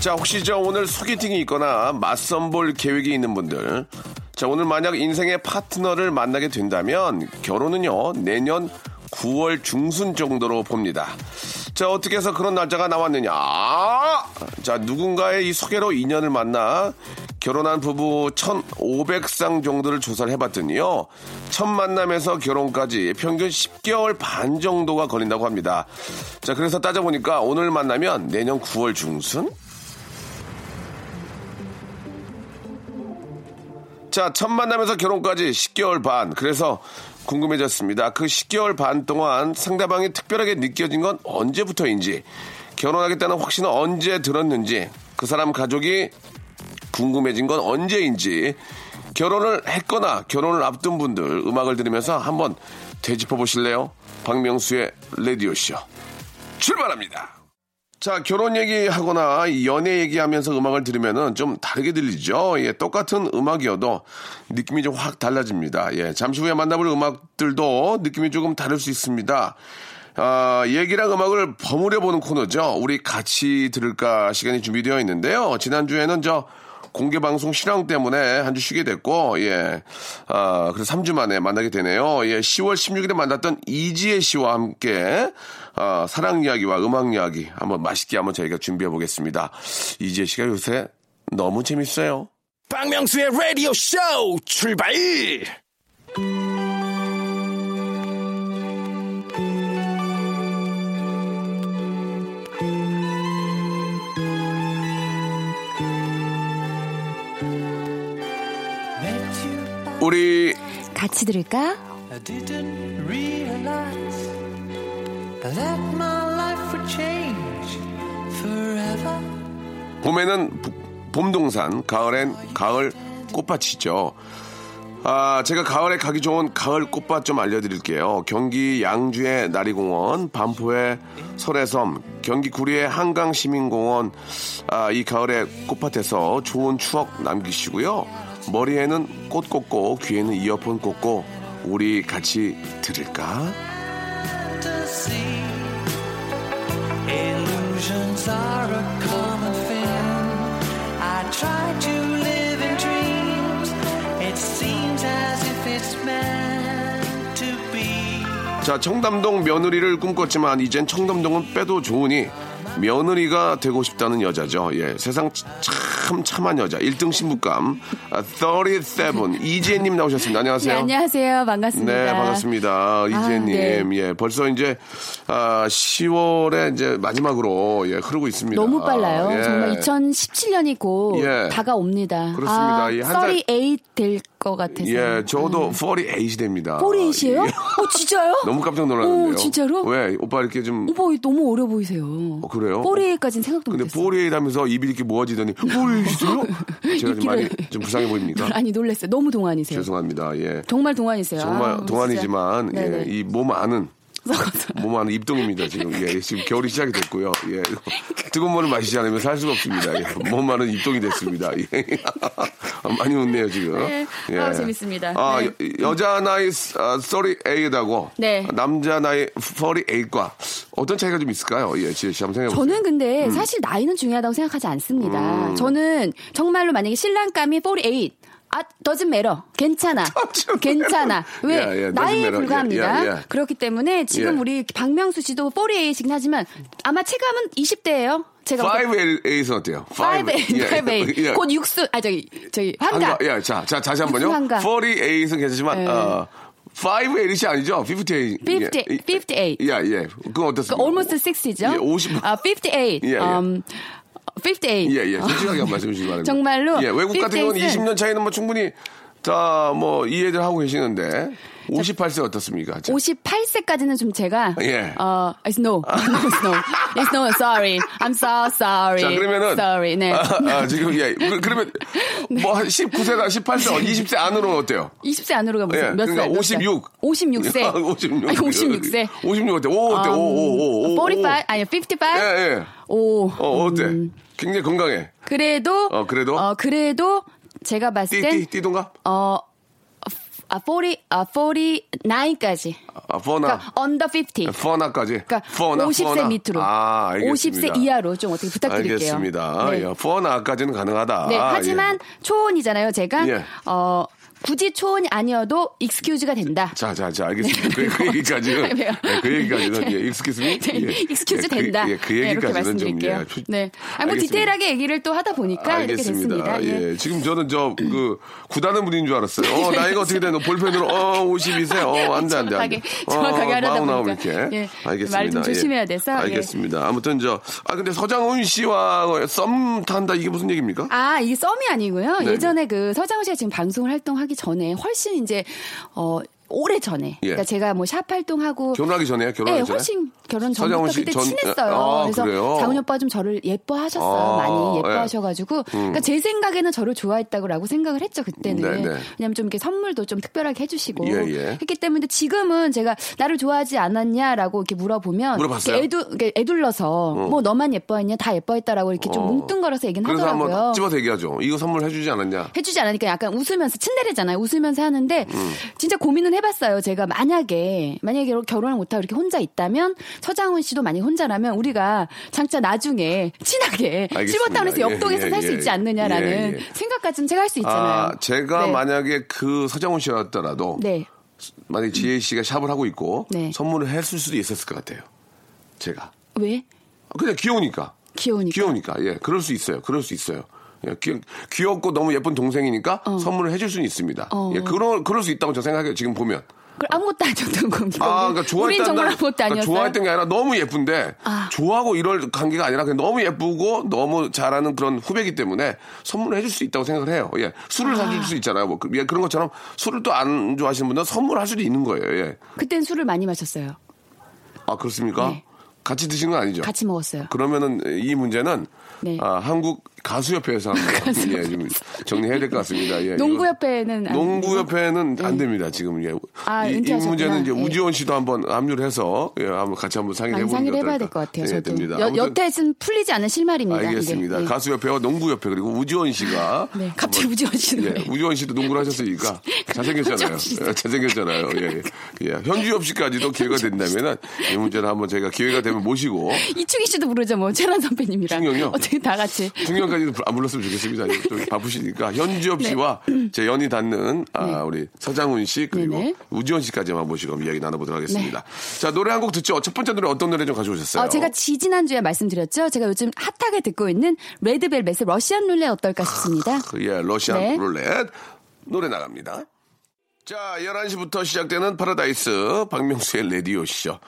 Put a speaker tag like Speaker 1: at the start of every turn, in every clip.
Speaker 1: 자 혹시 저 오늘 소개팅이 있거나 맞선 볼 계획이 있는 분들 자 오늘 만약 인생의 파트너를 만나게 된다면 결혼은요 내년 9월 중순 정도로 봅니다 자 어떻게 해서 그런 날짜가 나왔느냐 자 누군가의 이 소개로 인연을 만나 결혼한 부부 1,500쌍 정도를 조사를 해봤더니요. 첫 만남에서 결혼까지 평균 10개월 반 정도가 걸린다고 합니다. 자, 그래서 따져보니까 오늘 만나면 내년 9월 중순? 자, 첫 만남에서 결혼까지 10개월 반. 그래서 궁금해졌습니다. 그 10개월 반 동안 상대방이 특별하게 느껴진 건 언제부터인지, 결혼하겠다는 확신은 언제 들었는지, 그 사람 가족이 궁금해진 건 언제인지 결혼을 했거나 결혼을 앞둔 분들 음악을 들으면서 한번 되짚어 보실래요? 박명수의 레디오쇼 출발합니다. 자, 결혼 얘기하거나 이 연애 얘기하면서 음악을 들으면은 좀 다르게 들리죠? 예, 똑같은 음악이어도 느낌이 좀 확 달라집니다. 예, 잠시 후에 만나볼 음악들도 느낌이 조금 다를 수 있습니다. 아, 얘기랑 음악을 버무려보는 코너죠. 우리 같이 들을까 시간이 준비되어 있는데요. 지난주에는 저 공개방송 실황 때문에 한 주 쉬게 됐고, 예. 아, 그래서 3주 만에 만나게 되네요. 예, 10월 16일에 만났던 이지혜 씨와 함께, 아, 사랑 이야기와 음악 이야기 한번 맛있게 한번 저희가 준비해 보겠습니다. 이지혜 씨가 요새 너무 재밌어요.
Speaker 2: 박명수의 Radio Show 출발.
Speaker 1: 우리
Speaker 3: 같이 들을까?
Speaker 4: I didn't realize that my life would change forever.
Speaker 1: 봄에는 부- 봄동산, 가을엔 가을 꽃밭이죠. 아, 제가 가을에 가기 좋은 가을 꽃밭 좀 알려드릴게요. 경기 양주의 나리공원, 반포의 설해섬, 경기 구리의 한강시민공원, 아, 이 가을에 꽃밭에서 좋은 추억 남기시고요. 머리에는 꽃 꽂고, 귀에는 이어폰 꽂고, 우리 같이 들을까?
Speaker 4: To see illusions are a common thing. I try to live in dreams. It seems as if it's meant to be.
Speaker 1: 자, 청담동 며느리를 꿈꿨지만 이젠 청담동은 빼도 좋으니 며느리가 되고 싶다는 여자죠. 예, 세상 참 참한 여자. 1등 신부감. 아, 37 이지혜님 나오셨습니다. 네, 안녕하세요.
Speaker 5: 네, 안녕하세요 반갑습니다.
Speaker 1: 네, 반갑습니다. 이지혜님.
Speaker 5: 네.
Speaker 1: 예, 벌써 이제 아, 10월에 이제 마지막으로 예, 흐르고 있습니다.
Speaker 5: 너무 빨라요.
Speaker 1: 아, 예.
Speaker 5: 정말 2017년이 곧
Speaker 1: 예.
Speaker 5: 다가옵니다.
Speaker 1: 그렇습니다.
Speaker 5: 아,
Speaker 1: 이한 달-
Speaker 5: 38될것 같아서.
Speaker 1: 예,
Speaker 5: 음.
Speaker 1: 저도 48이 됩니다.
Speaker 5: 48이에요?
Speaker 1: 예.
Speaker 5: 어, 진짜요?
Speaker 1: 너무 깜짝 놀랐는데요.
Speaker 5: 오, 진짜로?
Speaker 1: 왜? 오빠 이렇게 좀
Speaker 5: 오빠 너무 어려 보이세요.
Speaker 1: 어, 그래요?
Speaker 5: 48까지는 생각도
Speaker 1: 근데
Speaker 5: 못했어요.
Speaker 1: 뽀리라면서 입이 이렇게 모아지더니 뽀리시요 제가 좀 많이
Speaker 5: 입기를-
Speaker 1: 좀 불쌍해 보입니까?
Speaker 5: 아니, 놀랐어요. 너무 동안이세요.
Speaker 1: 죄송합니다. 예.
Speaker 5: 정말 동안이세요.
Speaker 1: 정말
Speaker 5: 아,
Speaker 1: 동안이지만 예,
Speaker 5: 진짜. 네네.
Speaker 1: 이 몸 아는
Speaker 5: 썩어서.
Speaker 1: 몸 아는 입동입니다 지금 예 지금 겨울이 시작이 됐고요 예 뜨거운 물을 마시지 않으면 살 수가 없습니다 예. 몸 아는 입동이 됐습니다 예. 아, 많이 웃네요 지금
Speaker 5: 네. 아, 재밌습니다.
Speaker 1: 아,
Speaker 5: 네.
Speaker 1: 여- 여자 나이 스- 아, 38하고
Speaker 5: 네.
Speaker 1: 남자 나이 48과 어떤 차이가 좀 있을까요 예 지혜 씨 한번 생각해 보세요
Speaker 5: 저는 근데
Speaker 1: 음.
Speaker 5: 사실 나이는 중요하다고 생각하지 않습니다. 저는 정말로 만약에 신랑감이 48, 아, doesn't matter. 괜찮아. 괜찮아. 왜?
Speaker 1: Yeah, yeah, doesn't
Speaker 5: 나이에
Speaker 1: matter.
Speaker 5: 불과합니다.
Speaker 1: Yeah, yeah, yeah.
Speaker 5: 그렇기 때문에 지금
Speaker 1: Yeah.
Speaker 5: 우리 박명수 씨도 48이긴 하지만 아마 체감은 20대예요. 제가
Speaker 1: 5A에서 어때요?
Speaker 5: 5A, 5A.
Speaker 1: 예.
Speaker 5: 곧 육수, 아, 저기, 저기, 환갑.
Speaker 1: 예, 자, 자, 다시 한 번요.
Speaker 5: 무슨 환갑?
Speaker 1: 48은 괜찮지만,
Speaker 5: 예.
Speaker 1: 어, 5A이 아니죠? 50A.
Speaker 5: 50, 58.
Speaker 1: 예, 예. 그건
Speaker 5: 그
Speaker 1: 어떻습니까?
Speaker 5: almost 60이죠?
Speaker 1: 예, 50.
Speaker 5: 아, 58.
Speaker 1: 예, 예.
Speaker 5: Um, 58.
Speaker 1: 예, 예. 솔직하게 한번 말씀해 주시기 바랍니다.
Speaker 5: 정말로
Speaker 1: 예, 외국 같은 경우는
Speaker 5: 50
Speaker 1: 20년 차이는 뭐 충분히 다 뭐 이해들 하고 계시는데, 58세 어떻습니까? 자,
Speaker 5: 58세까지는 좀 제가
Speaker 1: 예.
Speaker 5: 어, it's no, no, it's no, it's no, sorry, I'm so sorry.
Speaker 1: 자, 그러면은.
Speaker 5: sorry, 네.
Speaker 1: 아, 아, 지금, 예. 그, 그러면, 뭐, 한 19세나 18세, 20세 안으로는 어때요?
Speaker 5: 20세 안으로 가면
Speaker 1: 예,
Speaker 5: 몇
Speaker 1: 그러니까
Speaker 5: 살? 몇 살?
Speaker 1: 56.
Speaker 5: 56세.
Speaker 1: 56.
Speaker 5: 아니, 56세.
Speaker 1: 56 어때? 오, 어때? 오, 오, 오, 오.
Speaker 5: 45,
Speaker 1: 오.
Speaker 5: 아니, 55?
Speaker 1: 예, 예.
Speaker 5: 오.
Speaker 1: 어, 어때?
Speaker 5: 음.
Speaker 1: 굉장히 건강해.
Speaker 5: 그래도.
Speaker 1: 어, 그래도?
Speaker 5: 어, 그래도 제가 봤을
Speaker 1: 띠,
Speaker 5: 땐,
Speaker 1: 띠, 띠동갑?
Speaker 5: 어, 아, 40, 아, 49까지.
Speaker 1: 아, 퍼나. 예, 아,
Speaker 5: 그러니까, under 50.
Speaker 1: 퍼나까지.
Speaker 5: 그러니까 50세 밑으로
Speaker 1: 아, 알겠습니다.
Speaker 5: 50세 이하로 좀 어떻게 부탁드릴게요.
Speaker 1: 알겠습니다.
Speaker 5: 네.
Speaker 1: 예, 퍼나까지는 가능하다.
Speaker 5: 네,
Speaker 1: 아,
Speaker 5: 하지만
Speaker 1: 예.
Speaker 5: 초혼이잖아요. 제가
Speaker 1: 예.
Speaker 5: 어 굳이 초혼이 아니어도 익스큐즈가 된다. 아,
Speaker 1: 자, 자, 자, 알겠습니다. 그, 그 얘기까지는.
Speaker 5: 왜요?
Speaker 1: 예, 그 얘기까지는. 예, 익스큐스 미?
Speaker 5: 뭐, 네,
Speaker 1: 예.
Speaker 5: 익스큐즈
Speaker 1: 예, 그,
Speaker 5: 된다.
Speaker 1: 예, 그
Speaker 5: 네, 이렇게
Speaker 1: 얘기까지는 좀.
Speaker 5: 말씀드릴게요.
Speaker 1: 예, 표-
Speaker 5: 네, 아니, 뭐
Speaker 1: 알겠습니다.
Speaker 5: 디테일하게 얘기를 또 하다 보니까 이렇게 됐습니다. 예.
Speaker 1: 아, 예. 지금 저는 저 그 구다는 분인 줄 알았어요. 어, 나이가 어떻게 되노? 볼펜으로 어, 52세. 어, 안 돼, 안 돼. 안 돼.
Speaker 5: 아,
Speaker 1: 어,
Speaker 5: 정확하게, 정확하게 하려다
Speaker 1: 마흔아홉
Speaker 5: 보니까.
Speaker 1: 이렇게.
Speaker 5: 예,
Speaker 1: 알겠습니다.
Speaker 5: 말좀
Speaker 1: 예.
Speaker 5: 조심해야 돼서, 예.
Speaker 1: 알겠습니다. 아무튼 저 아, 근데 서장훈 씨와 썸 탄다 이게 무슨 얘기입니까?
Speaker 5: 아, 이게 썸이 아니고요.
Speaker 1: 네.
Speaker 5: 예전에 그 서장훈 씨가 지금 방송을 활동하기 전에 훨씬 이제 어 오래 전에. 그러니까 제가 뭐 샵 활동하고
Speaker 1: 예. 결혼하기 전에요? 결혼하기
Speaker 5: 네,
Speaker 1: 전에?
Speaker 5: 훨씬 결혼
Speaker 1: 서장훈
Speaker 5: 전부터
Speaker 1: 씨
Speaker 5: 그때
Speaker 1: 전-
Speaker 5: 친했어요.
Speaker 1: 아,
Speaker 5: 그래서
Speaker 1: 그래요?
Speaker 5: 장훈 오빠 좀 저를 예뻐하셨어요.
Speaker 1: 아,
Speaker 5: 많이
Speaker 1: 예.
Speaker 5: 예뻐하셔가지고 그러니까 제 생각에는 저를 좋아했다고라고 생각을 했죠 그때는.
Speaker 1: 네, 네.
Speaker 5: 왜냐면 좀 이렇게 선물도 좀 특별하게 해주시고
Speaker 1: 예, 예.
Speaker 5: 했기 때문에 지금은 제가 나를 좋아하지 않았냐라고 이렇게 물어보면
Speaker 1: 물어봤어요?
Speaker 5: 이렇게 애두 이렇게 애둘러서 뭐 너만 예뻐했냐 다 예뻐했다라고 이렇게 좀
Speaker 1: 어.
Speaker 5: 뭉뚱거려서 얘기는
Speaker 1: 그래서
Speaker 5: 하더라고요.
Speaker 1: 한번 집어서 얘기하죠. 이거 선물 해주지 않았냐?
Speaker 5: 해주지 않으니까 약간 웃으면서 친데레잖아요. 웃으면서 하는데
Speaker 1: 음.
Speaker 5: 진짜 고민은 해봤어요. 제가 만약에 만약에 결혼을 못하고 이렇게 혼자 있다면 서장훈 씨도 만약 에 혼자라면 우리가 장차 나중에 친하게
Speaker 1: 알겠습니다.
Speaker 5: 실버타운에서
Speaker 1: 예,
Speaker 5: 옆동에서
Speaker 1: 예,
Speaker 5: 살 수
Speaker 1: 예,
Speaker 5: 있지 않느냐라는
Speaker 1: 예, 예.
Speaker 5: 생각까지는 제가 할 수 있잖아요.
Speaker 1: 아, 제가
Speaker 5: 네.
Speaker 1: 만약에 그 서장훈 씨였더라도
Speaker 5: 네.
Speaker 1: 만약에 지혜 씨가 샵을 하고 있고
Speaker 5: 네.
Speaker 1: 선물을 했을 수도 있었을 것 같아요. 제가.
Speaker 5: 왜?
Speaker 1: 그냥 귀여우니까.
Speaker 5: 귀여우니까.
Speaker 1: 귀여우니까. 예, 그럴 수 있어요. 그럴 수 있어요. 예, 귀, 귀엽고 너무 예쁜 동생이니까 선물을 해줄 수는 있습니다.
Speaker 5: 어.
Speaker 1: 예, 그런 그럴 수 있다고 저 생각해요. 지금 보면.
Speaker 5: 그걸 아무것도 아니었던 겁니다.
Speaker 1: 아,
Speaker 5: 우린-
Speaker 1: 그러니까
Speaker 5: 우린
Speaker 1: 좋아했다는
Speaker 5: 정말
Speaker 1: 날-
Speaker 5: 아무것도
Speaker 1: 그러니까
Speaker 5: 아니었어요.
Speaker 1: 좋아했던 게 아니라 너무 예쁜데 좋아하고 이럴 관계가 아니라 그냥 너무 예쁘고 너무 잘하는 그런 후배기 때문에 선물을 해줄 수 있다고 생각을 해요. 예, 술을 사줄 수 있잖아요. 뭐 그, 예, 그런 것처럼 술을 또 안 좋아하시는 분은 선물할 수도 있는 거예요. 예.
Speaker 5: 그땐 술을 많이 마셨어요.
Speaker 1: 아 그렇습니까?
Speaker 5: 네.
Speaker 1: 같이 드시는 건 아니죠?
Speaker 5: 같이 먹었어요.
Speaker 1: 그러면은 이 문제는
Speaker 5: 네.
Speaker 1: 아, 한국 가수협회에서 한번 예, 좀 정리해야 될 것 같습니다. 예,
Speaker 5: 농구협회는
Speaker 1: 이거-
Speaker 5: 안
Speaker 1: 농구협회는 안 됩니다. 지금 예.
Speaker 5: 아,
Speaker 1: 이, 이
Speaker 5: 은퇴하셨구나.
Speaker 1: 문제는 이제
Speaker 5: 예.
Speaker 1: 우지원 씨도 한번 합류를 해서 예, 한번 같이 한번 상의를
Speaker 5: 많이
Speaker 1: 해보는
Speaker 5: 상의를
Speaker 1: 게
Speaker 5: 해봐야 될 것
Speaker 1: 어떨까.
Speaker 5: 같아요.
Speaker 1: 예,
Speaker 5: 저도
Speaker 1: 됩니다.
Speaker 5: 여,
Speaker 1: 아무튼
Speaker 5: 여태는 풀리지 않은 실말입니다. 근데.
Speaker 1: 알겠습니다.
Speaker 5: 네.
Speaker 1: 가수협회와 농구협회 그리고 우지원 씨가
Speaker 5: 네, 갑자기
Speaker 1: 한번-
Speaker 5: 우지원 씨는
Speaker 1: 예,
Speaker 5: 왜?
Speaker 1: 우지원 씨도 농구를 하셨으니까 잘생겼잖아요.
Speaker 5: 우지원 씨도.
Speaker 1: 예, 잘생겼잖아요. 예, 예. 예, 현주엽 씨까지도 기회가 된다면은 이 문제는 한번 저희가 기회가 되면 모시고
Speaker 5: 이충희 씨도 부르죠, 뭐. 최란 선배님이랑.
Speaker 1: 충경이요?
Speaker 5: 어떻게 다 같이.
Speaker 1: 중년까지는 안 불렀으면 좋겠습니다. 좀 바쁘시니까 현지엽 씨와 제 연이 닿는 아, 우리 서장훈 씨 그리고
Speaker 5: 네. 네네. 네.
Speaker 1: 우지원 씨까지만 모시고 한번 이야기 나눠보도록 하겠습니다. 자 노래 한 곡 듣죠. 첫 번째 노래 어떤 노래 좀 가져오셨어요?
Speaker 5: 어, 제가 지지난주에 말씀드렸죠. 제가 요즘 핫하게 듣고 있는 레드벨벳의 러시안 룰렛 어떨까 싶습니다.
Speaker 1: 그, 예, 러시안
Speaker 5: 네.
Speaker 1: 룰렛 노래 나갑니다. 자 11시부터 시작되는 파라다이스 박명수의 레디오 쇼.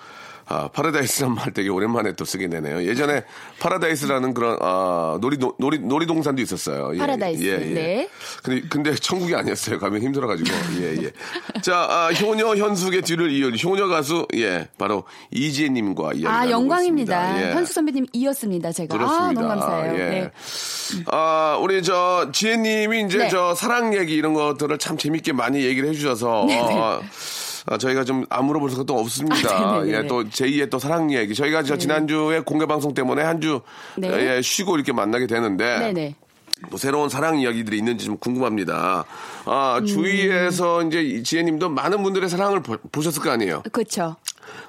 Speaker 1: 아, 파라다이스란 말 되게 오랜만에 또 쓰게 되네요. 예전에 파라다이스라는 그런 아, 놀이 놀이 놀이동산도 있었어요. 예,
Speaker 5: 파라다이스, 네.
Speaker 1: 근데, 근데 천국이 아니었어요. 가면 힘들어가지고. 예, 예. 자, 아, 효녀 현숙의 뒤를 이을 효녀 가수, 예, 바로 이지혜님과 이야기
Speaker 5: 아,
Speaker 1: 나누고
Speaker 5: 영광입니다.
Speaker 1: 있습니다. 예.
Speaker 5: 현수 선배님 이었습니다, 제가.
Speaker 1: 그렇습니다.
Speaker 5: 아, 너무 감사해요.
Speaker 1: 예.
Speaker 5: 네.
Speaker 1: 아, 우리 저 지혜님이 이제
Speaker 5: 네.
Speaker 1: 저 사랑 얘기 이런 것들을 참 재밌게 많이 얘기를 해주셔서
Speaker 5: 네,
Speaker 1: 아, 아, 저희가 좀 안 물어볼 수가 없습니다.
Speaker 5: 아, 네네네.
Speaker 1: 예, 또 제2의 또 사랑 얘기. 저희가 저 지난주에 공개 방송 때문에 한 주
Speaker 5: 네.
Speaker 1: 예, 쉬고 이렇게 만나게 되는데
Speaker 5: 네네.
Speaker 1: 또 새로운 사랑 이야기들이 있는지 좀 궁금합니다.
Speaker 5: 음.
Speaker 1: 아, 주위에서 이제 이 지혜님도 많은 분들의 사랑을 보, 셨을거 아니에요.
Speaker 5: 그렇죠.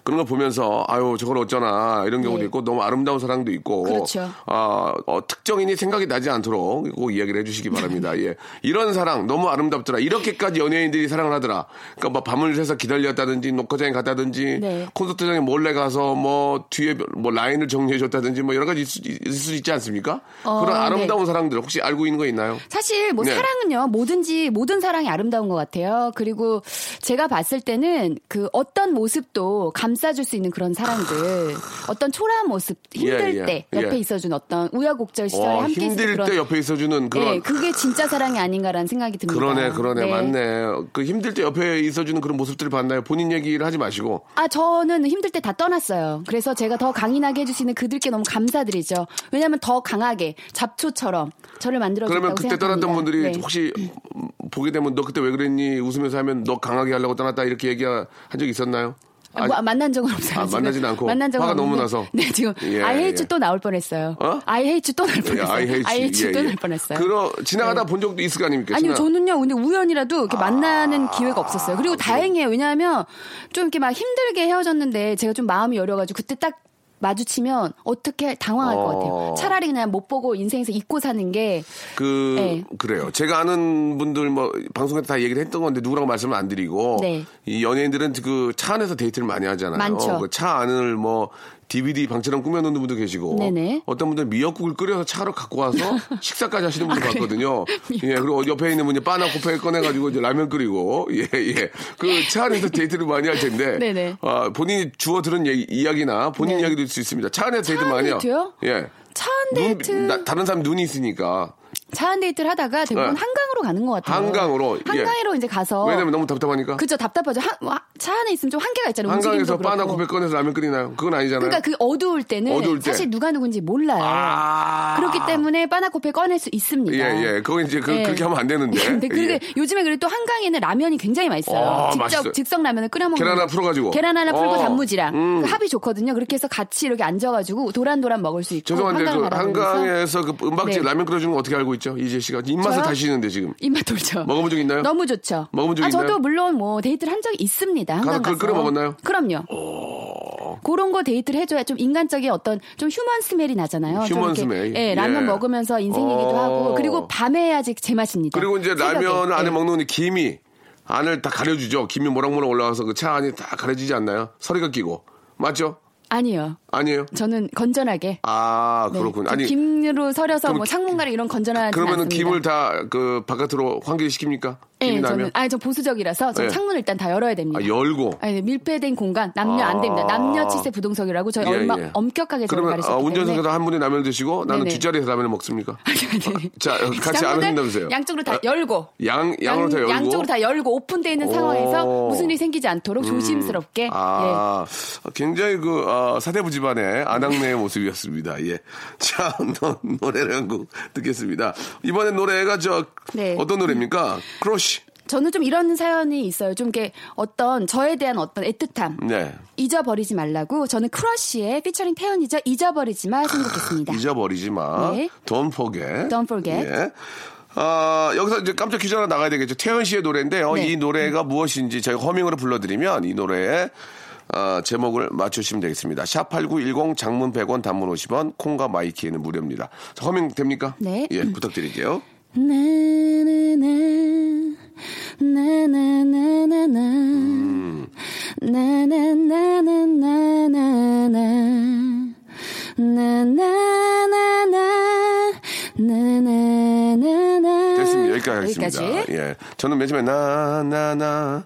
Speaker 1: 그런 거 보면서 아유 저걸 어쩌나 이런 경우도
Speaker 5: 네.
Speaker 1: 있고 너무 아름다운 사랑도 있고
Speaker 5: 그렇죠.
Speaker 1: 아, 어, 특정인이 생각이 나지 않도록 꼭 이야기를 해주시기 바랍니다.
Speaker 5: 네.
Speaker 1: 예. 이런 사랑 너무 아름답더라. 이렇게까지 연예인들이 사랑을 하더라. 그러니까 뭐 밤을 새서 기다렸다든지 녹화장에 갔다든지
Speaker 5: 네.
Speaker 1: 콘서트장에 몰래 가서 뭐 뒤에 뭐 라인을 정리해줬다든지 뭐 여러 가지 있을, 있을 수 있지 않습니까?
Speaker 5: 어,
Speaker 1: 그런
Speaker 5: 네.
Speaker 1: 아름다운 사랑들 혹시 알고 있는 거 있나요?
Speaker 5: 사실 뭐
Speaker 1: 네.
Speaker 5: 사랑은요 뭐든지 모든 사랑이 아름다운 것 같아요. 그리고 제가 봤을 때는 그 어떤 모습도 감싸줄 수 있는 그런 사랑들, 어떤 초라한 모습 힘들
Speaker 1: 예, 예.
Speaker 5: 때 옆에
Speaker 1: 예.
Speaker 5: 있어준 어떤 우여곡절 시절에
Speaker 1: 와,
Speaker 5: 함께 있을
Speaker 1: 힘들
Speaker 5: 그런
Speaker 1: 때 옆에 있어주는 그런
Speaker 5: 예, 그게 진짜 사랑이 아닌가라는 생각이 듭니다.
Speaker 1: 그러네, 그러네,
Speaker 5: 네.
Speaker 1: 맞네. 그 힘들 때 옆에 있어주는 그런 모습들을 봤나요? 본인 얘기를 하지 마시고.
Speaker 5: 아, 저는 힘들 때 다 떠났어요. 그래서 제가 더 강인하게 해주시는 그들께 너무 감사드리죠. 왜냐하면 더 강하게 잡초처럼 저를 만들어줬다고
Speaker 1: 그러면 그때 떠났던
Speaker 5: 생각합니다.
Speaker 1: 분들이
Speaker 5: 네.
Speaker 1: 혹시 보게 되면 너 그때 왜 그랬니? 웃으면서 하면 너 강하게 하려고 떠났다 이렇게 얘기한 적 있었나요?
Speaker 5: 아, 뭐, 만난 적은 없어요.
Speaker 1: 아,
Speaker 5: 지금.
Speaker 1: 만나진 않고.
Speaker 5: 만난 적은
Speaker 1: 화가 너무
Speaker 5: 없는데.
Speaker 1: 나서.
Speaker 5: 네, 지금
Speaker 1: 예,
Speaker 5: I hate
Speaker 1: 예.
Speaker 5: you 또 나올 뻔했어요.
Speaker 1: 어?
Speaker 5: I hate you 또 나올
Speaker 1: 예,
Speaker 5: 뻔했어요.
Speaker 1: I hate you. 예,
Speaker 5: 또
Speaker 1: 예.
Speaker 5: 나올 뻔했어요. 네.
Speaker 1: 그러, 지나가다 본 적도 있을 거 아닙니까?
Speaker 5: 아니요,
Speaker 1: 지나-
Speaker 5: 저는요, 근데 우연이라도
Speaker 1: 아,
Speaker 5: 이렇게 만나는 기회가 없었어요. 그리고 다행이에요. 왜냐하면 좀 이렇게 막 힘들게 헤어졌는데 제가 좀 마음이 여려가지고 그때 딱 마주치면 어떻게 당황할 것
Speaker 1: 어.
Speaker 5: 같아요. 차라리 그냥 못 보고 인생에서 잊고 사는 게
Speaker 1: 그
Speaker 5: 네.
Speaker 1: 그래요. 제가 아는 분들 뭐 방송에서 다 얘기를 했던 건데 누구라고 말씀을 안 드리고
Speaker 5: 네.
Speaker 1: 이 연예인들은 그 차 안에서 데이트를 많이 하잖아요.
Speaker 5: 많죠.
Speaker 1: 그차 안을 뭐 DVD 방처럼 꾸며놓는 분도 계시고
Speaker 5: 네네.
Speaker 1: 어떤 분들 은 미역국을 끓여서 차로 갖고 와서 식사까지 하시는
Speaker 5: 아,
Speaker 1: 분도 봤거든요. 예 그리고 옆에 있는 분이 바나 코페 꺼내가지고 이제 라면 끓이고 예, 예예그 차 안에서 데이트를 많이 할 텐데
Speaker 5: 네네. 네.
Speaker 1: 아 본인이 주워 들은 얘기, 이야기나 본인 이야기도 있을 수 있습니다. 차 안에서 데이트
Speaker 5: 안
Speaker 1: 많이 해요.
Speaker 5: 데이트요?
Speaker 1: 예.
Speaker 5: 차 안
Speaker 1: 눈-
Speaker 5: 데이트,
Speaker 1: 나- 다른 사람 눈이 있으니까
Speaker 5: 차 안 데이트를 하다가 대부분
Speaker 1: 네.
Speaker 5: 한강으로 가는 것 같아요.
Speaker 1: 한강으로, 예.
Speaker 5: 한강으로 이제 가서
Speaker 1: 왜냐면 너무 답답하니까.
Speaker 5: 어. 그죠 답답하죠. 한- 와, 차 안에 있으면 좀 한계가 있잖아요.
Speaker 1: 그러니까? 한강에서
Speaker 5: 움직임도 그렇고.
Speaker 1: 바나 코페 꺼내서 라면 끓이나요? 그건 아니잖아요.
Speaker 5: 그러니까 그 어두울 때는
Speaker 1: 어두울 때.
Speaker 5: 사실 누가 누군지 몰라요.
Speaker 1: 아.
Speaker 5: 그렇기 때문에 바나코페 꺼낼 수 있습니다.
Speaker 1: 예, 예. 그건 이제 그,
Speaker 5: 예.
Speaker 1: 그렇게 하면 안 되는데.
Speaker 5: 근데 그게
Speaker 1: 예.
Speaker 5: 요즘에 그래도 한강에는 라면이 굉장히 맛있어요.
Speaker 1: 어,
Speaker 5: 직접
Speaker 1: 맛있어요.
Speaker 5: 즉석 라면을 끓여 먹는
Speaker 1: 계란 하나
Speaker 5: 거.
Speaker 1: 풀어가지고.
Speaker 5: 계란 하나 풀고
Speaker 1: 어.
Speaker 5: 단무지랑
Speaker 1: 음.
Speaker 5: 그 합이 좋거든요. 그렇게 해서 같이 이렇게 앉아가지고 도란도란 먹을 수 있고
Speaker 1: 죄송한데
Speaker 5: 뭐
Speaker 1: 그
Speaker 5: 한강을 바라보면서
Speaker 1: 한강에서 그 은박지
Speaker 5: 네.
Speaker 1: 라면 끓여주는 거 어떻게 알고 있죠? 이재 씨가 입맛을
Speaker 5: 저요?
Speaker 1: 다시는데 지금
Speaker 5: 입맛 돌죠.
Speaker 1: 먹어본 적 있나요?
Speaker 5: 너무 좋죠.
Speaker 1: 먹어본 적
Speaker 5: 아,
Speaker 1: 있나요?
Speaker 5: 저도 물론 뭐 데이트를 한 적이 있습니다.
Speaker 1: 가서
Speaker 5: 한강
Speaker 1: 그걸
Speaker 5: 가서.
Speaker 1: 끓여 먹었나요? 어.
Speaker 5: 그럼요. 그런 거 데이트를 해줘야 좀 인간적인 어떤 좀 휴먼 스멜이 나잖아요. 좀
Speaker 1: 휴먼
Speaker 5: 이렇게,
Speaker 1: 스멜.
Speaker 5: 예, 라면
Speaker 1: 예.
Speaker 5: 먹으면서 인생 얘기도
Speaker 1: 어.
Speaker 5: 하고 그리고 밤에 해야지 제맛입니다.
Speaker 1: 그리고 이제
Speaker 5: 새벽에.
Speaker 1: 라면을 안에
Speaker 5: 예.
Speaker 1: 먹는 건 김이 안을 다 가려주죠. 김이 모락모락 올라와서 그 차 안이 다 가려지지 않나요? 서리가 끼고 맞죠?
Speaker 5: 아니요.
Speaker 1: 아니에요?
Speaker 5: 저는 건전하게.
Speaker 1: 아
Speaker 5: 네.
Speaker 1: 그렇군요.
Speaker 5: 저
Speaker 1: 아니
Speaker 5: 김으로 서려서
Speaker 1: 그럼
Speaker 5: 뭐
Speaker 1: 기-
Speaker 5: 창문가래 이런 건전한.
Speaker 1: 그러면은
Speaker 5: 않습니다.
Speaker 1: 김을 다 그 바깥으로 환기시킵니까? 김이
Speaker 5: 예,
Speaker 1: 나면
Speaker 5: 저는 아니 저 보수적이라서 저
Speaker 1: 예.
Speaker 5: 창문 을 일단 다 열어야 됩니다.
Speaker 1: 아, 열고
Speaker 5: 아니, 네, 밀폐된 공간 남녀
Speaker 1: 아.
Speaker 5: 안 됩니다. 남녀 칠세 부동석이라고 저희
Speaker 1: 예,
Speaker 5: 얼마
Speaker 1: 예.
Speaker 5: 엄격하게 저를
Speaker 1: 그러면
Speaker 5: 가르쳤기
Speaker 1: 아,
Speaker 5: 때문에.
Speaker 1: 운전석에서 한 분이 라면 드시고 나는
Speaker 5: 네네.
Speaker 1: 뒷자리에서 라면을 먹습니까?
Speaker 5: 네.
Speaker 1: 자, 어, 같이 안
Speaker 5: 창문을
Speaker 1: 한다면서요?
Speaker 5: 양쪽으로
Speaker 1: 아,
Speaker 5: 다 열고.
Speaker 1: 양 양으로 다 열고
Speaker 5: 쪽으로다 열고 오픈되어 있는
Speaker 1: 오. 음.
Speaker 5: 상황에서 무슨 일이 생기지 않도록 조심스럽게. 예.
Speaker 1: 아, 굉장히 그 어, 사대부 집안의 아낙네의 모습이었습니다. 예, 자 노, 노래를 한 곡 듣겠습니다. 이번에 노래가 저
Speaker 5: 네.
Speaker 1: 어떤 노래입니까? 크러쉬.
Speaker 5: 저는 좀 이런 사연이 있어요. 좀 이렇게 어떤 저에 대한 어떤 애틋함.
Speaker 1: 네.
Speaker 5: 잊어버리지 말라고 저는 크러쉬의 피처링 태연이죠. 잊어버리지
Speaker 1: 아,
Speaker 5: 마 선곡했습니다.
Speaker 1: 잊어버리지 마.
Speaker 5: 네.
Speaker 1: Don't forget.
Speaker 5: Don't forget.
Speaker 1: 예. 아, 여기서 이제 깜짝 퀴즈 하나 나가야 되겠죠. 태연 씨의 노래인데요.
Speaker 5: 네.
Speaker 1: 이 노래가 무엇인지 저희가 허밍으로 불러드리면 이 노래의 아, 제목을 맞추시면 되겠습니다. 샵8910 장문 100원 단문 50원 콩과 마이키에는 무료입니다. 자, 허밍 됩니까?
Speaker 5: 네.
Speaker 1: 예, 부탁드릴게요.
Speaker 5: 나나나 나나나나나 나나나나나나나 나나나나 나나나나
Speaker 1: 됐습니다. 음, 여기까지 하겠습니다.
Speaker 5: 여기까지?
Speaker 1: 예. 저는 맨 처음에 나나나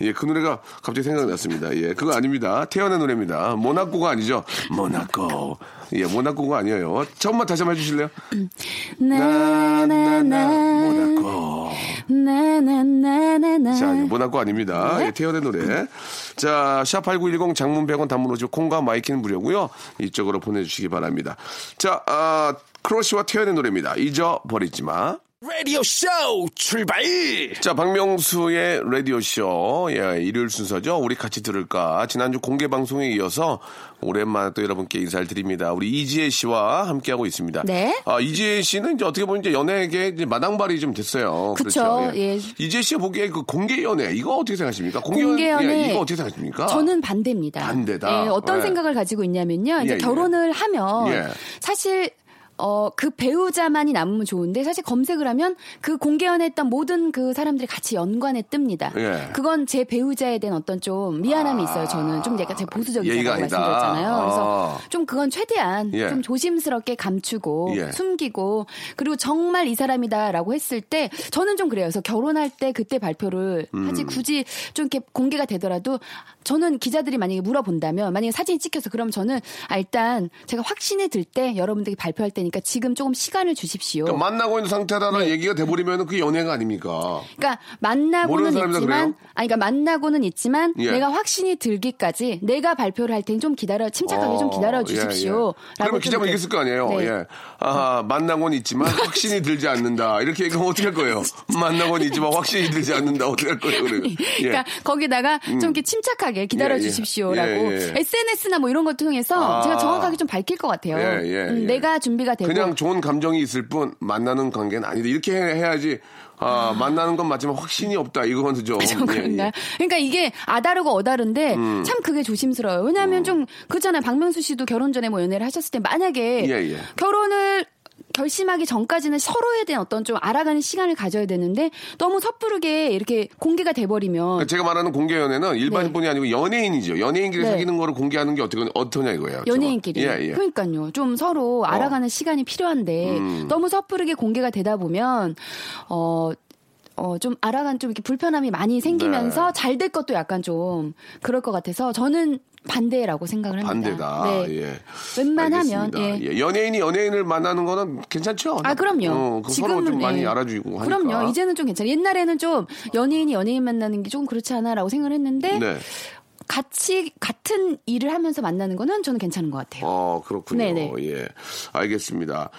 Speaker 1: 예, 그 노래가 갑자기 생각났습니다. 예, 그거 아닙니다. 태연의 노래입니다. 모나코가 아니죠. 모나코. 예, 모나코가 아니에요. 처음만 다시 한번 해주실래요? 나나나
Speaker 5: 나나나
Speaker 1: 모나코.
Speaker 5: 나나나나나
Speaker 1: 자, 모나코 아닙니다. 예, 태연의 노래. 자, 샵8910 장문 100원 단문 오지 콩과 마이키는 무료고요. 이쪽으로 보내주시기 바랍니다. 자, 아, 크러쉬와 태연의 노래입니다. 잊어버리지 마.
Speaker 2: 라디오 쇼 출발!
Speaker 1: 자, 박명수의 라디오쇼. 예, 일요일 순서죠. 우리 같이 들을까. 지난주 공개 방송에 이어서 오랜만에 또 여러분께 인사를 드립니다. 우리 이지혜 씨와 함께하고 있습니다.
Speaker 5: 네.
Speaker 1: 아, 이지혜 씨는 이제 어떻게 보면 이제 연예계 이제 마당발이 좀 됐어요. 그렇죠?
Speaker 5: 그쵸, 예.
Speaker 1: 이지혜 씨가 보기에 그 공개 연애, 이거 어떻게 생각하십니까? 공개,
Speaker 5: 공개 연애.
Speaker 1: 예, 이거 어떻게 생각하십니까?
Speaker 5: 저는 반대입니다.
Speaker 1: 반대다.
Speaker 5: 예, 어떤
Speaker 1: 예.
Speaker 5: 생각을 가지고 있냐면요.
Speaker 1: 예,
Speaker 5: 이제
Speaker 1: 예.
Speaker 5: 결혼을 하면
Speaker 1: 예.
Speaker 5: 사실 어, 그 배우자만이 남으면 좋은데 사실 검색을 하면 그 공개 연애했던 모든 그 사람들이 같이 연관에 뜹니다.
Speaker 1: 예. 아,
Speaker 5: 그건 제 배우자에 대한 어떤 좀 미안함이 있어요. 저는 좀 약간 제
Speaker 1: 예의가
Speaker 5: 보수적이라고
Speaker 1: 아니다.
Speaker 5: 말씀드렸잖아요. 그래서
Speaker 1: 아.
Speaker 5: 좀 그건 최대한
Speaker 1: 예.
Speaker 5: 좀 조심스럽게 감추고
Speaker 1: 예.
Speaker 5: 숨기고 그리고 정말 이 사람이다라고 했을 때 저는 좀 그래요. 그래서 결혼할 때 그때 발표를
Speaker 1: 음.
Speaker 5: 하지 굳이 좀 이렇게 공개가 되더라도 저는 기자들이 만약에 물어본다면 만약에 사진이 찍혀서 그럼 저는 아, 일단 제가 확신이 들 때 여러분들이 발표할 테니까 지금 조금 시간을 주십시오.
Speaker 1: 그러니까 만나고 있는 상태라는
Speaker 5: 네.
Speaker 1: 얘기가 돼버리면 그 연애가 아닙니까?
Speaker 5: 그러니까
Speaker 1: 모르는
Speaker 5: 만나고는
Speaker 1: 사람이라
Speaker 5: 있지만
Speaker 1: 그래요?
Speaker 5: 아니 그러니까 만나고는 있지만
Speaker 1: 예.
Speaker 5: 내가 확신이 들기까지 내가 발표를 할 테니 좀 기다려 침착하게 좀
Speaker 1: 어,
Speaker 5: 기다려
Speaker 1: 예,
Speaker 5: 주십시오.
Speaker 1: 예. 그러면 기자분 얘기했을 거 아니에요.
Speaker 5: 네.
Speaker 1: 예. 아하, 만나곤 있지만 확신이 들지 않는다. 이렇게 얘기하면 어떻게 할 거예요? 만나곤 있지만 확신이 들지 않는다. 어떻게 할 거예요? 그래요? 예.
Speaker 5: 그러니까 거기다가 좀 이렇게 침착하게 기다려 주십시오라고
Speaker 1: 예, 예.
Speaker 5: SNS나 뭐 이런 것 통해서
Speaker 1: 아.
Speaker 5: 제가 정확하게 좀 밝힐 것 같아요.
Speaker 1: 예, 예,
Speaker 5: 음,
Speaker 1: 예.
Speaker 5: 내가 준비가 되고
Speaker 1: 그냥 좋은 감정이 있을 뿐 만나는 관계는 아니다. 이렇게 해- 해야지. 아, 만나는 건 맞지만 확신이 없다. 이건 좀.
Speaker 5: 좀
Speaker 1: 예, 음. 예.
Speaker 5: 아, 그런가요? 그러니까 이게 아다르고 어다른데 참 그게 조심스러워요.
Speaker 1: 음.
Speaker 5: 왜냐하면 좀 그렇잖아요. 박명수 씨도 결혼 전에 뭐 연애를 하셨을 때 만약에
Speaker 1: 예, 예.
Speaker 5: 결혼을 결심하기 전까지는 서로에 대한 어떤 좀 알아가는 시간을 가져야 되는데 너무 섣부르게 이렇게 공개가 돼버리면
Speaker 1: 그러니까 제가 말하는 공개 연애는 일반인뿐이 아니고 연예인이죠. 연예인끼리
Speaker 5: 네.
Speaker 1: 사귀는 거를 공개하는 게 어떻게 어떠냐 이거예요. 저거.
Speaker 5: 연예인끼리.
Speaker 1: 예, 어. 예.
Speaker 5: 그러니까요. 좀 서로 알아가는 시간이 필요한데
Speaker 1: 음.
Speaker 5: 너무 섣부르게 공개가 되다 보면 어. 어, 좀, 알아간 좀 이렇게 불편함이 많이 생기면서
Speaker 1: 네.
Speaker 5: 잘 될 것도 약간 좀 그럴 것 같아서 저는 반대라고 생각을 합니다.
Speaker 1: 반대다.
Speaker 5: 네.
Speaker 1: 예.
Speaker 5: 웬만하면,
Speaker 1: 알겠습니다.
Speaker 5: 예.
Speaker 1: 예, 연예인이 연예인을 만나는 거는 괜찮죠?
Speaker 5: 아, 그럼요.
Speaker 1: 어, 그 서로 좀 많이
Speaker 5: 예.
Speaker 1: 알아주고 하니까.
Speaker 5: 그럼요. 이제는 좀 괜찮아요. 옛날에는 좀 연예인이 연예인 만나는 게 조금 그렇지 않아라고 생각을 했는데
Speaker 1: 네.
Speaker 5: 같이, 같은 일을 하면서 만나는 거는 저는 괜찮은 것 같아요.
Speaker 1: 어, 그렇군요.
Speaker 5: 네네.
Speaker 1: 예. 알겠습니다.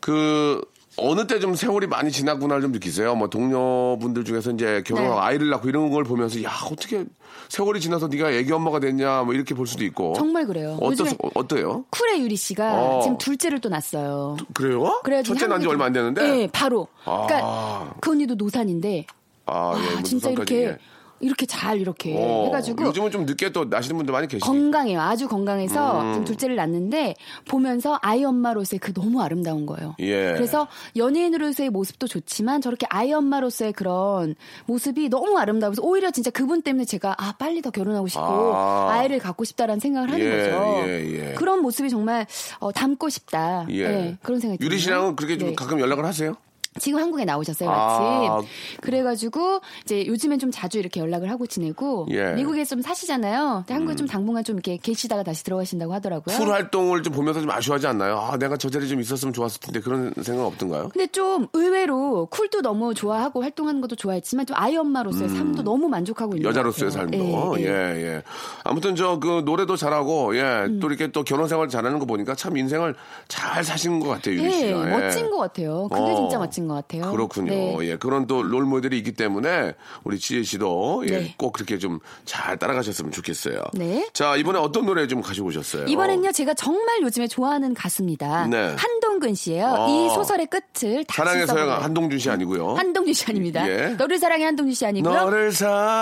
Speaker 1: 그 어느 때 좀 세월이 많이 지나구나를 좀 느끼세요. 뭐 동료분들 중에서 이제 결혼하고
Speaker 5: 네.
Speaker 1: 아이를 낳고 이런 걸 보면서 야, 어떻게 세월이 지나서 네가 애기 엄마가 됐냐 뭐 이렇게 볼 수도 있고.
Speaker 5: 정말 그래요.
Speaker 1: 어떠,
Speaker 5: 요즘에-
Speaker 1: 어때요?
Speaker 5: 쿨의 유리 씨가
Speaker 1: 어.
Speaker 5: 지금 둘째를 또 낳았어요.
Speaker 1: 그래요?
Speaker 5: 그래야
Speaker 1: 첫째 난 지
Speaker 5: 한국에
Speaker 1: 얼마 안
Speaker 5: 좀-
Speaker 1: 되는데.
Speaker 5: 예, 바로.
Speaker 1: 아.
Speaker 5: 그러니까 그 언니도 노산인데.
Speaker 1: 아,
Speaker 5: 와,
Speaker 1: 예, 뭐
Speaker 5: 진짜
Speaker 1: 노산까지,
Speaker 5: 이렇게
Speaker 1: 예.
Speaker 5: 이렇게 잘 이렇게
Speaker 1: 어,
Speaker 5: 해가지고
Speaker 1: 요즘은 좀 늦게 음. 또 나시는 분들 많이 계시죠.
Speaker 5: 건강해요. 아주 건강해서 지금 둘째를 낳았는데 보면서 아이 엄마로서의 그 너무 아름다운 거예요.
Speaker 1: 예.
Speaker 5: 그래서 연예인으로서의 모습도 좋지만 저렇게 아이 엄마로서의 그런 모습이 너무 아름다워서 오히려 진짜 그분 때문에 제가 아 빨리 더 결혼하고 싶고
Speaker 1: 아.
Speaker 5: 아. 이를 갖고 싶다라는 생각을 하는
Speaker 1: 예,
Speaker 5: 거죠.
Speaker 1: 예, 예.
Speaker 5: 그런 모습이 정말 어, 담고 싶다.
Speaker 1: 예.
Speaker 5: 네, 그런 생각이
Speaker 1: 유리
Speaker 5: 드네요.
Speaker 1: 씨랑은 그렇게 좀
Speaker 5: 네.
Speaker 1: 가끔 연락을 하세요?
Speaker 5: 지금 한국에 나오셨어요, 마침.
Speaker 1: 아.
Speaker 5: 그래가지고 이제 요즘엔 좀 자주 이렇게 연락을 하고 지내고
Speaker 1: 예. 음.
Speaker 5: 미국에 좀 사시잖아요. 근데 한국에 좀 당분간 좀 이렇게 계시다가 다시 들어가신다고 하더라고요.
Speaker 1: 풀 활동을 좀 보면서 좀 아쉬워하지 않나요? 아, 내가 저 자리 좀 있었으면 좋았을 텐데 그런 생각 없던가요?
Speaker 5: 근데 좀 의외로 쿨도 너무 좋아하고 활동하는 것도 좋아했지만 좀 아이 엄마로서의 삶도 너무 만족하고 있는
Speaker 1: 음. 여자로서의
Speaker 5: 것 같아요.
Speaker 1: 삶도
Speaker 5: 음, 예,
Speaker 1: 예예
Speaker 5: 예.
Speaker 1: 아무튼 저 그 노래도 잘하고 예
Speaker 5: 음.
Speaker 1: 또 이렇게 또 결혼 생활 잘하는 거 보니까 참 인생을 잘 사신 것 같아요 유리
Speaker 5: 예,
Speaker 1: 씨가 예.
Speaker 5: 멋진 것 같아요. 그게
Speaker 1: 어,
Speaker 5: 진짜 멋진 것 같아요.
Speaker 1: 그렇군요
Speaker 5: 네.
Speaker 1: 예 그런 또 롤 모델이 있기 때문에 우리 지혜 씨도 예,
Speaker 5: 네.
Speaker 1: 꼭 그렇게 좀 잘 따라가셨으면 좋겠어요
Speaker 5: 네.
Speaker 1: 자 이번에 어떤 노래 좀 가지고 오셨어요
Speaker 5: 이번엔요 제가 정말 요즘에 좋아하는 가수입니다.
Speaker 1: 네.
Speaker 5: 한동근 씨예요.
Speaker 1: 아.
Speaker 5: 이 소설의 끝을 다시
Speaker 1: 사랑의
Speaker 5: 써보려고
Speaker 1: 서양아 한동준 씨 아니고요
Speaker 5: 한동준 씨 아닙니다.
Speaker 1: 어? 예.
Speaker 5: 너를 사랑해 한동준 씨 아니고요.
Speaker 1: 너를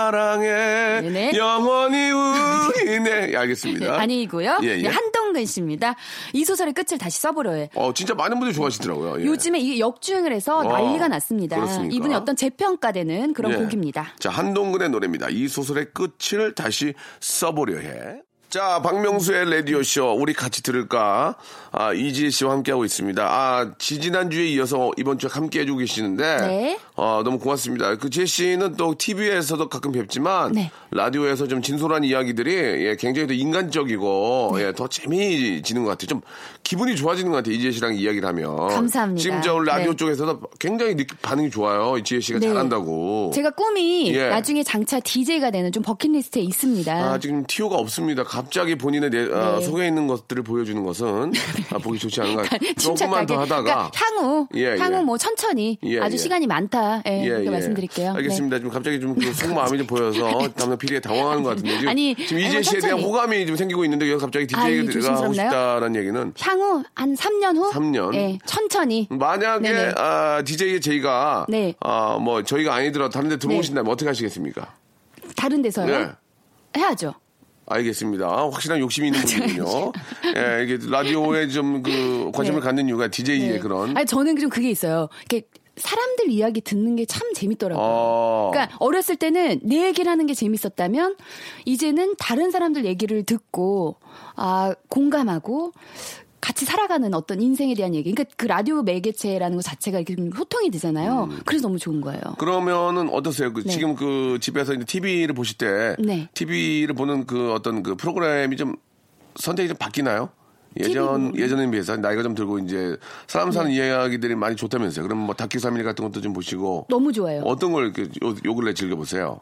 Speaker 1: 사랑해
Speaker 5: 네네.
Speaker 1: 영원히 우리네 예, 알겠습니다
Speaker 5: 아니고요.
Speaker 1: 예, 예.
Speaker 5: 네, 한동근 씨입니다. 이 소설의 끝을 다시 써보려 해.
Speaker 1: 어 진짜 많은 분들이 좋아하시더라고요 예.
Speaker 5: 요즘에 이 역주행을 해서
Speaker 1: 어,
Speaker 5: 난리가 났습니다.
Speaker 1: 그렇습니까?
Speaker 5: 이분의 어떤 재평가되는 그런
Speaker 1: 예.
Speaker 5: 곡입니다.
Speaker 1: 자, 한동근의 노래입니다. 이 소설의 끝을 다시 써보려 해. 자, 박명수의 라디오쇼, 우리 같이 들을까? 아, 이지혜 씨와 함께하고 있습니다. 아, 지지난주에 이어서 이번 주에 함께 해주고 계시는데,
Speaker 5: 네.
Speaker 1: 어, 너무 고맙습니다. 그 지혜 씨는 또 TV에서도 가끔 뵙지만,
Speaker 5: 네.
Speaker 1: 라디오에서
Speaker 5: 네.
Speaker 1: 좀 진솔한 이야기들이, 예, 굉장히 더 인간적이고, 예, 더 재미지는 것 같아요. 좀 기분이 좋아지는 것 같아요. 이지혜 씨랑 이야기를 하면.
Speaker 5: 감사합니다.
Speaker 1: 지금 저 라디오
Speaker 5: 네.
Speaker 1: 쪽에서도 굉장히 느- 반응이 좋아요. 이지혜 씨가
Speaker 5: 네.
Speaker 1: 잘한다고.
Speaker 5: 제가 꿈이
Speaker 1: 예.
Speaker 5: 나중에 장차 DJ가 되는 좀 버킷리스트에 있습니다.
Speaker 1: 아, 지금 티오가 없습니다. 갑자기 본인의 내, 아,
Speaker 5: 네.
Speaker 1: 속에 있는 것들을 보여주는 것은 아, 보기 좋지 않은 것 같아요. 조금만
Speaker 5: 침착하게.
Speaker 1: 더 하다가.
Speaker 5: 그러니까 향후
Speaker 1: 예,
Speaker 5: 향후
Speaker 1: 예.
Speaker 5: 뭐 천천히
Speaker 1: 예,
Speaker 5: 아주
Speaker 1: 예.
Speaker 5: 시간이 많다. 예, 그렇게 말씀드릴게요. 네.
Speaker 1: 알겠습니다. 지금 갑자기 좀그 속마음이 좀 보여서 담당 PD가 당황하는 것 같은데 지금,
Speaker 5: 아니,
Speaker 1: 지금 이재
Speaker 5: 아니,
Speaker 1: 씨에 대한
Speaker 5: 천천히.
Speaker 1: 호감이 좀 생기고 있는데 여기 갑자기
Speaker 5: 아, 이
Speaker 1: DJ가 하고
Speaker 5: 조심스럽나요?
Speaker 1: 싶다라는 얘기는
Speaker 5: 향후 한 3년 후?
Speaker 1: 3년. 음.
Speaker 5: 예, 천천히.
Speaker 1: 만약에
Speaker 5: 네네.
Speaker 1: 아, DJ 제이가
Speaker 5: 네.
Speaker 1: 아, 뭐 저희가 아니더라도 다른 데 들어오신다면 어떻게 하시겠습니까?
Speaker 5: 다른 데서요?
Speaker 1: 네.
Speaker 5: 해야죠.
Speaker 1: 알겠습니다. 아, 확실한 욕심이 있는 분이군요. 예, 이게 라디오에 좀 그 관심을
Speaker 5: 네.
Speaker 1: 갖는 이유가 DJ의
Speaker 5: 네.
Speaker 1: 예, 그런
Speaker 5: 아니, 저는 좀 그게 있어요. 이렇게 사람들 이야기 듣는 게 참 재밌더라고요.
Speaker 1: 어.
Speaker 5: 그러니까 어렸을 때는 내 얘기를 하는 게 재밌었다면 이제는 다른 사람들 얘기를 듣고 아 공감하고 같이 살아가는 어떤 인생에 대한 얘기. 그러니까 그 라디오 매개체라는 것 자체가 이렇게 좀 소통이 되잖아요.
Speaker 1: 음.
Speaker 5: 그래서 너무 좋은 거예요.
Speaker 1: 그러면은 어떠세요? 그
Speaker 5: 네.
Speaker 1: 지금 그 집에서 이제 TV를 보실 때
Speaker 5: 네.
Speaker 1: TV를 보는 그 어떤 그 프로그램이 좀 선택이 좀 바뀌나요? 예전
Speaker 5: 뭐.
Speaker 1: 예전에 비해서 나이가 좀 들고 이제 사람 사는
Speaker 5: 네.
Speaker 1: 이야기들이 많이 좋다면서요. 그럼 뭐 다큐 3일 같은 것도 좀 보시고
Speaker 5: 너무 좋아요.
Speaker 1: 어떤 걸 이렇게 요, 요 근래 즐겨 보세요?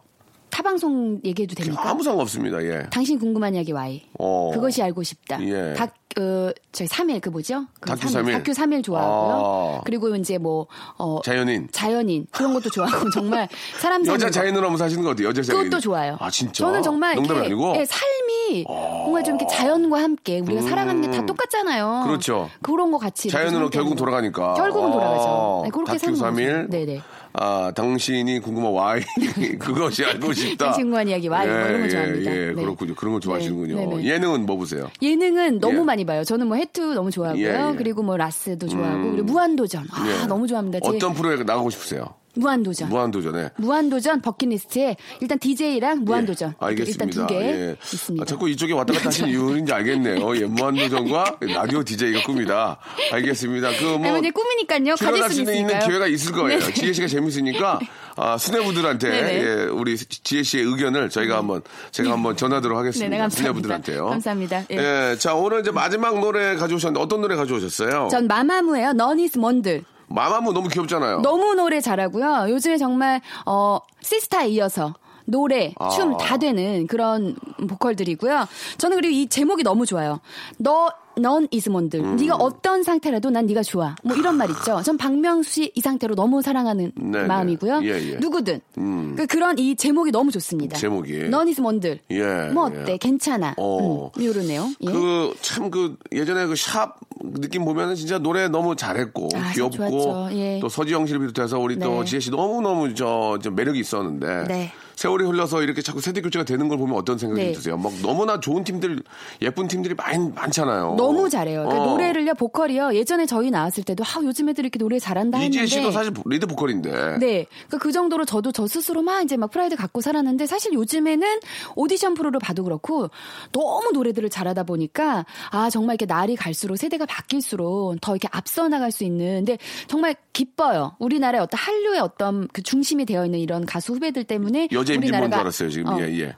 Speaker 5: 타방송 얘기해도 됩니까?
Speaker 1: 아무 상관없습니다. 예.
Speaker 5: 당신 궁금한 이야기 와이.
Speaker 1: 어.
Speaker 5: 그것이 알고 싶다.
Speaker 1: 예.
Speaker 5: 닥, 어, 저희 3일 그 뭐죠? 그
Speaker 1: 다큐
Speaker 5: 삼일,
Speaker 1: 삼일.
Speaker 5: 다큐 3일 좋아하고요.
Speaker 1: 아.
Speaker 5: 그리고 이제 뭐, 어,
Speaker 1: 자연인.
Speaker 5: 자연인. 그런 것도 좋아하고 정말 사람
Speaker 1: 여자
Speaker 5: 사는 거.
Speaker 1: 자연으로 한번 사시는 거 어때요? 여자 자연.
Speaker 5: 그것도 좋아요.
Speaker 1: 아 진짜.
Speaker 5: 저는 정말
Speaker 1: 농담이
Speaker 5: 이렇게
Speaker 1: 아니고. 음.
Speaker 5: 예, 삶이 정말 좀 이렇게 자연과 함께 우리가 살아가는 게 다 똑같잖아요.
Speaker 1: 그렇죠.
Speaker 5: 그런 거 같이 이렇게
Speaker 1: 자연으로
Speaker 5: 선택하는
Speaker 1: 결국
Speaker 5: 거.
Speaker 1: 돌아가니까.
Speaker 5: 결국은
Speaker 1: 아,
Speaker 5: 돌아가죠. 네, 그렇게
Speaker 1: 다큐
Speaker 5: 사는 거죠.
Speaker 1: 3일.
Speaker 5: 네네.
Speaker 1: 아, 당신이 궁금한 와인. 그것이 알고 싶다.
Speaker 5: 당신 궁금한 이야기 와인, 뭐 이런 거 좋아합니다.
Speaker 1: 예,
Speaker 5: 네.
Speaker 1: 그렇군요. 그런 걸
Speaker 5: 네,
Speaker 1: 좋아하시는군요.
Speaker 5: 네, 네.
Speaker 1: 예능은 뭐 보세요?
Speaker 5: 예능은 너무
Speaker 1: 예.
Speaker 5: 많이 봐요. 저는 뭐 해투 너무 좋아하고요.
Speaker 1: 예, 예.
Speaker 5: 그리고 뭐 라스도 좋아하고 그리고 무한도전. 아
Speaker 1: 예.
Speaker 5: 너무 좋아합니다. 제
Speaker 1: 어떤 프로에 나가고 싶으세요?
Speaker 5: 무한도전.
Speaker 1: 무한도전에.
Speaker 5: 무한도전 버킷리스트에 일단 DJ랑 무한도전
Speaker 1: 예, 알겠습니다.
Speaker 5: 일단 두 개
Speaker 1: 예.
Speaker 5: 있습니다.
Speaker 1: 아, 자꾸 이쪽에 왔다 갔다 하시는 이유인지 알겠네요. 예, 무한도전과 라디오 DJ가 꿈이다. 알겠습니다. 그 뭐.
Speaker 5: 아니, 근데 꿈이니까요. 가질
Speaker 1: 출연할 수
Speaker 5: 수는
Speaker 1: 있는
Speaker 5: 있으니까요.
Speaker 1: 기회가 있을 거예요.
Speaker 5: 네.
Speaker 1: 지혜 씨가 재밌으니까 아, 수뇌부들한테
Speaker 5: 네네. 네.
Speaker 1: 예, 우리 지혜 씨의 의견을 저희가 한번 제가 한번 전하도록 하겠습니다.
Speaker 5: 네네, 감사합니다.
Speaker 1: 수뇌부들한테요.
Speaker 5: 감사합니다.
Speaker 1: 예.
Speaker 5: 예.
Speaker 1: 자 오늘 이제 마지막 노래 가져오셨는데 어떤 노래 가져오셨어요?
Speaker 5: 전 마마무예요. 너니스 먼들.
Speaker 1: 마마무 너무 귀엽잖아요.
Speaker 5: 너무 노래 잘하고요. 요즘에 정말 어 시스타에 이어서 노래,
Speaker 1: 아.
Speaker 5: 춤 다 되는 그런 보컬들이고요. 저는 그리고 이 제목이 너무 좋아요. 너, 넌 이스몬들.
Speaker 1: 음.
Speaker 5: 네가 어떤 상태라도 난 네가 좋아. 뭐 이런 말 있죠. 전 박명수 씨 이 상태로 너무 사랑하는
Speaker 1: 네, 네.
Speaker 5: 마음이고요.
Speaker 1: 예, 예.
Speaker 5: 누구든. 그런이 제목이 너무 좋습니다.
Speaker 1: 제목이.
Speaker 5: 넌 이스몬들.
Speaker 1: 예,
Speaker 5: 뭐
Speaker 1: 예.
Speaker 5: 어때? 괜찮아.
Speaker 1: 어.
Speaker 5: 음, 요런 내용. 예.
Speaker 1: 그, 참, 그, 예전에 그 샵 느낌 보면은 진짜 노래 너무 잘했고,
Speaker 5: 아,
Speaker 1: 귀엽고,
Speaker 5: 좋았죠. 예.
Speaker 1: 또 서지영 씨를 비롯해서 우리 또
Speaker 5: 네.
Speaker 1: 지혜 씨 너무너무 저, 저 매력이 있었는데,
Speaker 5: 네.
Speaker 1: 세월이 흘러서 이렇게 자꾸 세대 교체가 되는 걸 보면 어떤 생각이
Speaker 5: 네.
Speaker 1: 드세요? 막 너무나 좋은 팀들, 예쁜 팀들이 많, 많잖아요.
Speaker 5: 너무 잘해요. 그러니까
Speaker 1: 어.
Speaker 5: 노래를요, 보컬이요. 예전에 저희 나왔을 때도 아, 요즘 애들이 이렇게 노래 잘한다 했는데
Speaker 1: 이지혜 씨도 사실 리드 보컬인데,
Speaker 5: 네. 그러니까 그 정도로 저도 저 스스로 막 이제 막 프라이드 갖고 살았는데 사실 요즘에는 오디션 프로를 봐도 그렇고 너무 노래들을 잘하다 보니까 아, 정말 이렇게 날이 갈수록 세대가 바뀔수록 더 이렇게 앞서 나갈 수 있는 근데 정말 기뻐요. 우리나라의 어떤 한류의 어떤 그 중심이 되어 있는 이런 가수 후배들 때문에
Speaker 1: 여자 임진모인
Speaker 5: 우리나라가-
Speaker 1: 줄 알았어요, 지금. 예, 예.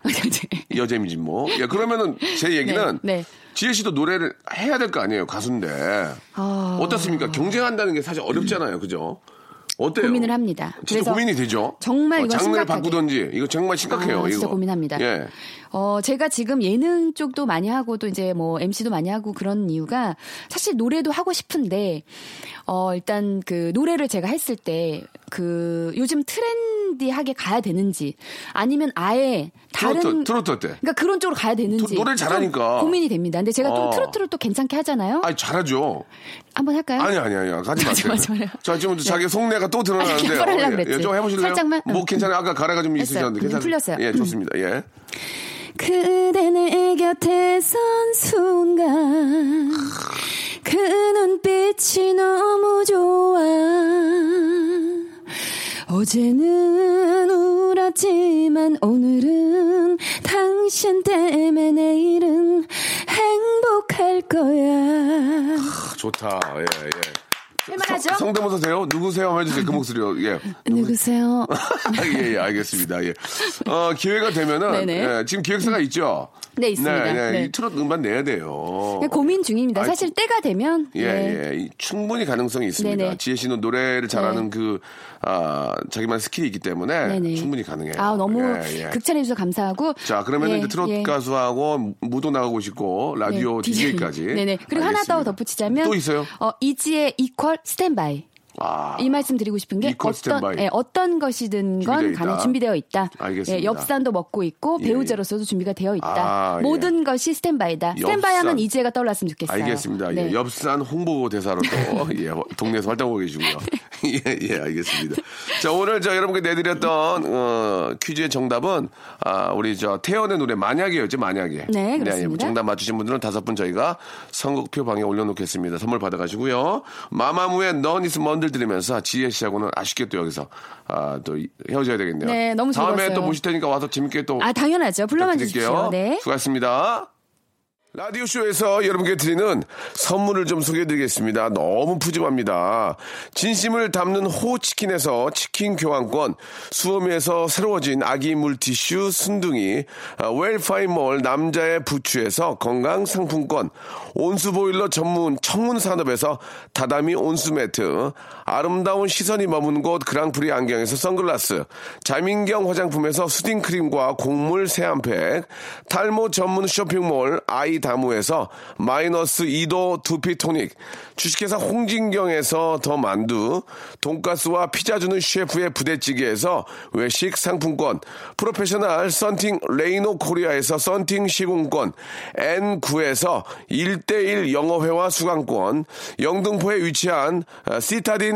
Speaker 1: 여재미지 뭐. 야, 그러면은 제 얘기는,
Speaker 5: 네, 네.
Speaker 1: 지혜 씨도 노래를 해야 될 거 아니에요, 가수인데.
Speaker 5: 아.
Speaker 1: 어떻습니까? 경쟁한다는 게 사실 어렵잖아요, 그죠? 어때요?
Speaker 5: 고민을 합니다.
Speaker 1: 진짜 고민이 되죠.
Speaker 5: 정말
Speaker 1: 어,
Speaker 5: 이건
Speaker 1: 장르를
Speaker 5: 심각하게.
Speaker 1: 바꾸든지 이거 정말 심각해요.
Speaker 5: 아, 진짜
Speaker 1: 이거.
Speaker 5: 고민합니다.
Speaker 1: 예.
Speaker 5: 어, 제가 지금 예능 쪽도 많이 하고 또 이제 뭐 MC도 많이 하고 그런 이유가 사실 노래도 하고 싶은데 어, 일단 그 노래를 제가 했을 때 그 요즘 트렌디하게 가야 되는지 아니면 아예 다른
Speaker 1: 트로트 트로트 어때?
Speaker 5: 그러니까 그런 쪽으로 가야 되는지
Speaker 1: 노래 를 잘하니까.
Speaker 5: 좀 고민이 됩니다. 근데 제가
Speaker 1: 어.
Speaker 5: 또 트로트를 또 괜찮게 하잖아요.
Speaker 1: 아니 잘하죠.
Speaker 5: 한번 할까요?
Speaker 1: 아니 아니 아니 가지
Speaker 5: 가지
Speaker 1: 마세요.
Speaker 5: 마세요. 예.
Speaker 1: 자 지금 자기 속내가 또 드러나는데.
Speaker 5: 아니, 해보려고
Speaker 1: 예, 예,
Speaker 5: 그랬지.
Speaker 1: 좀 해보실래요?
Speaker 5: 살짝만?
Speaker 1: 뭐
Speaker 5: 응.
Speaker 1: 괜찮아요. 아까 가래가 좀
Speaker 5: 됐어요.
Speaker 1: 있으셨는데
Speaker 5: 음,
Speaker 1: 괜찮-
Speaker 5: 풀렸어요. 음.
Speaker 1: 예 좋습니다. 예.
Speaker 5: 그대 내 곁에 선 순간 그 눈빛이 너무 좋아 어제는 울었지만 오늘은 당신 때문에 내일은 행복할 거야
Speaker 1: 아, 크, 좋다. 예 예.
Speaker 5: 하죠?
Speaker 1: 성대모사세요? 누구세요? 한번 해주세요. 그 목소리요. 예.
Speaker 5: 누구세요?
Speaker 1: 예, 예, 알겠습니다. 예. 어, 기회가 되면은.
Speaker 5: 네네.
Speaker 1: 예, 지금 기획사가 있죠?
Speaker 5: 네, 있습니다.
Speaker 1: 네, 네.
Speaker 5: 네.
Speaker 1: 이 트롯 음반 내야 돼요.
Speaker 5: 네, 고민 중입니다.
Speaker 1: 아이,
Speaker 5: 사실 때가 되면
Speaker 1: 예,
Speaker 5: 네.
Speaker 1: 예. 이 충분히 가능성이 있습니다.
Speaker 5: 네네.
Speaker 1: 지혜 씨는 노래를 잘하는
Speaker 5: 네.
Speaker 1: 그, 아, 자기만 스킬이 있기 때문에
Speaker 5: 네네.
Speaker 1: 충분히 가능해요.
Speaker 5: 아 너무
Speaker 1: 예, 예.
Speaker 5: 극찬해 주셔서 감사하고.
Speaker 1: 자, 그러면
Speaker 5: 예,
Speaker 1: 이제 트롯
Speaker 5: 예.
Speaker 1: 가수하고 무도 나가고 싶고, 라디오
Speaker 5: 네,
Speaker 1: DJ까지.
Speaker 5: 네네. 그리고 하나 더 덧붙이자면
Speaker 1: 또 있어요?
Speaker 5: 어, 이지의 이퀄 스탠바이.
Speaker 1: 아,
Speaker 5: 이 말씀 드리고 싶은 게
Speaker 1: 이퀄
Speaker 5: 어떤
Speaker 1: 스탠바이.
Speaker 5: 예, 어떤 것이든 건
Speaker 1: 준비되어
Speaker 5: 가능
Speaker 1: 있다.
Speaker 5: 준비되어 있다.
Speaker 1: 알겠습니다.
Speaker 5: 예, 엽산도 먹고 있고
Speaker 1: 예,
Speaker 5: 배우자로서도 준비가 되어 있다.
Speaker 1: 아, 예.
Speaker 5: 모든 것이 스탠바이다.
Speaker 1: 엽산.
Speaker 5: 스탠바이하면 이지혜가 떠올랐으면 좋겠어요.
Speaker 1: 알겠습니다. 예,
Speaker 5: 네.
Speaker 1: 엽산 홍보 대사로 또 예, 동네에서 활동하고 계시고요. 예, 예, 알겠습니다. 자, 오늘 저 여러분께 내드렸던 어, 퀴즈의 정답은 아, 우리 저 태연의 노래 만약이었죠, 만약에. 예, 뭐
Speaker 5: 네, 그렇습니다.
Speaker 1: 정답 맞추신 분들은 다섯 분 저희가 선곡표 방에 올려놓겠습니다. 선물 받아가시고요. 마마무의 넌 있으면 먼들 들으면서 지혜 씨하고는 아쉽게 또 여기서 아, 또 헤어져야 되겠네요.
Speaker 5: 네, 너무
Speaker 1: 다음에
Speaker 5: 즐거웠어요.
Speaker 1: 또 모실 테니까 와서 재밌게 또
Speaker 5: 아 당연하죠. 불러만
Speaker 1: 부탁드릴게요.
Speaker 5: 주십시오. 네.
Speaker 1: 수고하셨습니다. 라디오쇼에서 여러분께 드리는 선물을 좀 소개해드리겠습니다. 너무 푸짐합니다. 진심을 담는 호치킨에서 치킨 교환권, 수험에서 새로워진 아기 물티슈 순둥이, 아, 웰파이몰 남자의 부추에서 건강 상품권, 온수보일러 전문 청문산업에서 다다미 온수매트, 아름다운 시선이 머문 곳 그랑프리 안경에서 선글라스, 자민경 화장품에서 수딩크림과 곡물 세안팩, 탈모 전문 쇼핑몰 아이다무에서 마이너스 2도 두피토닉, 주식회사 홍진경에서 더 만두, 돈가스와 피자 주는 셰프의 부대찌개에서 외식 상품권, 프로페셔널 썬팅 레이노 코리아에서 썬팅 시공권, N9에서 1대1 영어회화 수강권, 영등포에 위치한 아, 시타딘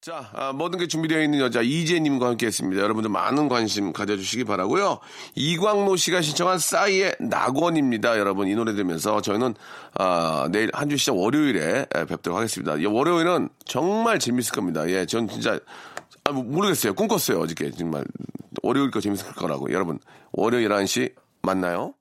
Speaker 1: 자, 아, 모든 게 준비되어 있는 여자 이재님과 함께했습니다. 여러분들 많은 관심 가져주시기 바라고요. 이광로 씨가 신청한 싸이의 낙원입니다. 여러분 이 노래 들으면서 저희는 아, 내일 한 주 시작 월요일에 예, 뵙도록 하겠습니다. 이 월요일은 정말 재밌을 겁니다. 예, 전 진짜 아, 뭐, 모르겠어요. 꿈꿨어요 어저께 정말 월요일 거 재밌을 거라고. 여러분 월요일 11시 만나요.